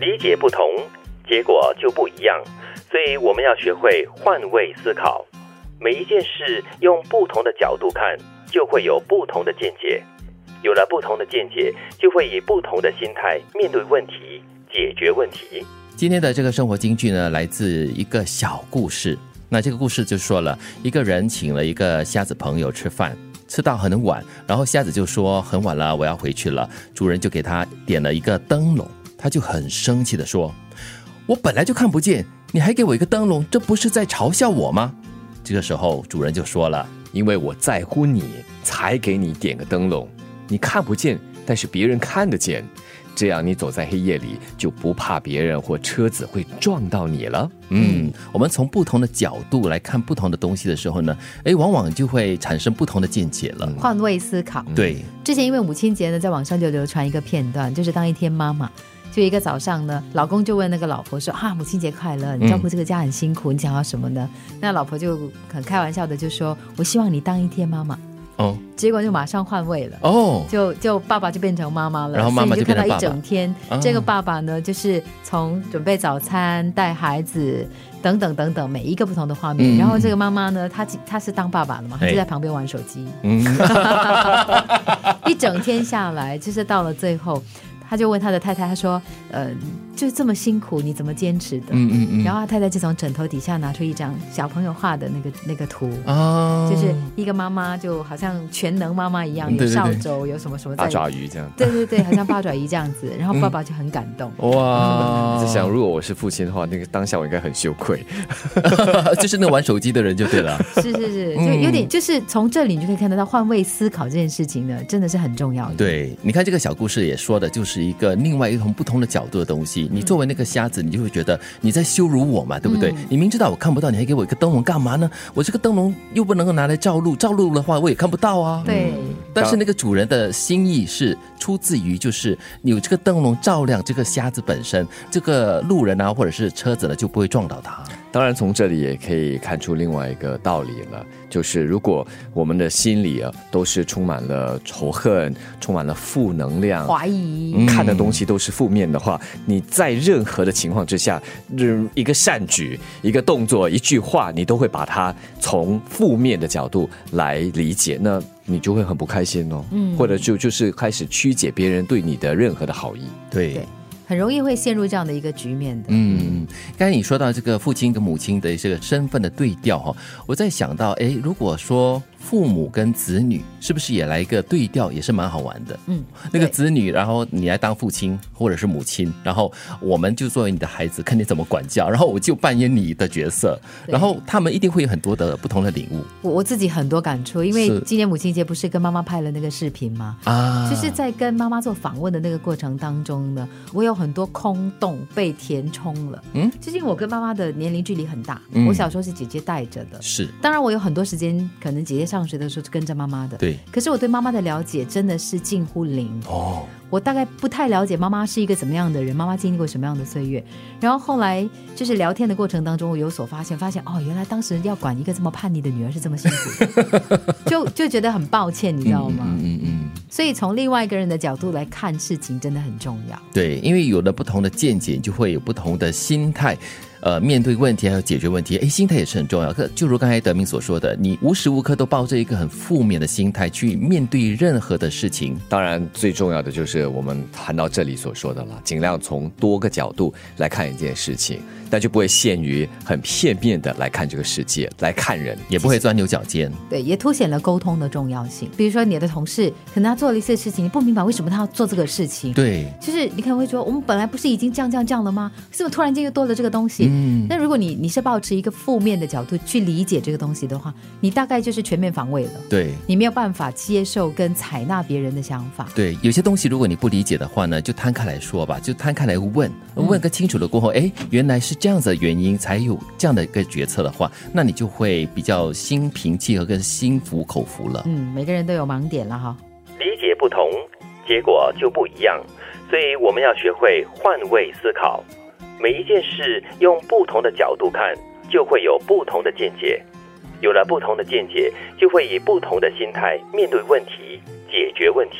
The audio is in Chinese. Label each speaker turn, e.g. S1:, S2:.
S1: 理解不同，结果就不一样。所以我们要学会换位思考，每一件事用不同的角度看，就会有不同的见解。有了不同的见解，就会以不同的心态面对问题，解决问题。
S2: 今天的这个生活金句呢，来自一个小故事。那这个故事就说了，一个人请了一个瞎子朋友吃饭，吃到很晚，然后瞎子就说很晚了，我要回去了。主人就给他点了一个灯笼，他就很生气的说：“我本来就看不见，你还给我一个灯笼，这不是在嘲笑我吗？”这个时候主人就说了
S3: 因为我在乎你，才给你点个灯笼。你看不见，但是别人看得见，这样你走在黑夜里就不怕别人或车子会撞到你了。：“
S2: 嗯，我们从不同的角度来看不同的东西的时候呢，哎，往往就会产生不同的见解了。
S4: 换位思考。
S2: 对，
S4: 之前因为母亲节呢，在网上就流传一个片段，就是当一天妈妈。就一个早上呢，老公就问那个老婆说：“啊，母亲节快乐！你照顾这个家很辛苦，你想要什么呢？”那老婆就很开玩笑的就说：“我希望你当一天妈妈。
S2: 哦”
S4: 结果就马上换位了。
S2: 哦，
S4: 就就爸爸就变成妈妈了，
S2: 然后妈妈
S4: 所以
S2: 就
S4: 你
S2: 变
S4: 看
S2: 成
S4: 到
S2: 爸
S4: 一
S2: 爸
S4: 整天，
S2: 啊
S4: 这个爸爸呢，就是从准备早餐、带孩子等等等等每一个不同的画
S2: 嗯
S4: 面。然后这个妈妈呢，她她是当爸爸的嘛，她
S2: 哎
S4: 就在旁边玩手机，
S2: 嗯，
S4: 一整天下来，就是到了最后，他就问他的太太，他说：“呃，就这么辛苦，你怎么坚持的？”
S2: 嗯嗯嗯，
S4: 然后他太太就从枕头底下拿出一张小朋友画的那个那个图。
S2: 啊，
S4: 就是一个妈妈，就好像全能妈妈一样，有
S2: 嗯对对对
S4: 扫帚，有什么什么在
S3: 八爪鱼这样。
S4: 对对对，好像八爪鱼这样子。然
S2: 嗯
S4: 后爸爸就很感动，
S2: 哇，
S3: 在想，如果我是父亲的话，那个当下我应该很羞愧。
S2: 就是那个玩手机的人就对了。
S4: 是是是，就有
S2: 嗯
S4: 点就是从这里你就可以看得到换位思考这件事情呢，真的是很重要 的。，
S2: 对，你看这个小故事也说的就是一个另外一种不同的角度的东西。
S4: 嗯
S2: 你作为那个瞎子，你就会觉得你在羞辱我嘛，对不对？
S4: 嗯
S2: 你明知道我看不到，你还给我一个灯笼干嘛呢？我这个灯笼又不能够拿来照路，照路的话我也看不到啊。
S4: 对
S2: 但是那个主人的心意是出自于，就是有这个灯笼照亮这个瞎子本身，这个路人啊或者是车子呢就不会撞到他。
S3: 当然，从这里也可以看出另外一个道理了，就是如果我们的心里啊都是充满了仇恨，充满了负能量，
S4: 怀疑。
S2: 嗯
S3: 看的东西都是负面的话，你在任何的情况之下，嗯，一个善举、一个动作、一句话，你都会把它从负面的角度来理解，那你就会很不开心哦。嗯，或者就就是开始曲解别人对你的任何的好意。
S2: 对
S4: 对。很容易会陷入这样的一个局面的。
S2: 嗯，刚才你说到这个父亲跟母亲的这个身份的对调哈，我在想到，哎，如果说父母跟子女是不是也来一个对调，也是蛮好玩的。
S4: 嗯，
S2: 那个
S4: 对
S2: 子女，然后你来当父亲或者是母亲，然后我们就作为你的孩子，看你怎么管教，然后我就扮演你的角色，
S4: 对
S2: 然后他们一定会有很多的不同的领悟
S4: 我我自己很多感触，因
S2: 是
S4: 为今年母亲节不是跟妈妈拍了那个视频吗？
S2: 啊
S4: 就是在跟妈妈做访问的那个过程当中呢，我有很多空洞被填充了。
S2: 嗯，
S4: 最近我跟妈妈的年龄距离很大，
S2: 嗯
S4: 我小时候是姐姐带着的，
S2: 是
S4: 当然我有很多时间，可能姐姐上学的时候是跟着妈妈的。
S2: 对
S4: 可是我对妈妈的了解真的是近乎零，
S2: 哦，
S4: 我大概不太了解妈妈是一个怎么样的人，妈妈经历过什么样的岁月。然后后来就是聊天的过程当中，我有所发现，发现哦，原来当时要管一个这么叛逆的女儿是这么辛 苦的，就就觉得很抱歉，你知道吗？
S2: 嗯嗯嗯。
S4: 所以从另外一个人的角度来看事情，真的很重要。
S2: 对，因为有了不同的见解，你就会有不同的心态，呃，面对问题还有解决问题。哎，心态也是很重要。可就如刚才德明所说的，你无时无刻都抱着一个很负面的心态去面对任何的事情。
S3: 当然，最重要的就是我们谈到这里所说的了，尽量从多个角度来看一件事情，但就不会限于很片面的来看这个世界，来看人。
S2: 也不会钻牛角尖，
S4: 对，也凸显了沟通的重要性。比如说，你的同事可能他做了一些事情，你不明白为什么他要做这个事情，
S2: 对，
S4: 就是你可能会说，我们本来不是已经这样这样这样了吗？为什么突然间又多了这个东西？
S2: 嗯
S4: 那如果你你是抱持一个负面的角度去理解这个东西的话，你大概就是全面防卫了，
S2: 对，
S4: 你没有办法接受跟采纳别人的想法。
S2: 对，有些东西如果你不理解的话呢，就摊开来说吧，就摊开来问，问个清楚了过后，哎，原来是这样子的原因才有这样的一个决策的话，那你就会比较心平气和跟心服口服了。
S4: 嗯，每个人都有盲点了哈。
S1: 理解不同，结果就不一样。所以我们要学会换位思考，每一件事用不同的角度看，就会有不同的见解。有了不同的见解，就会以不同的心态面对问题，解决问题。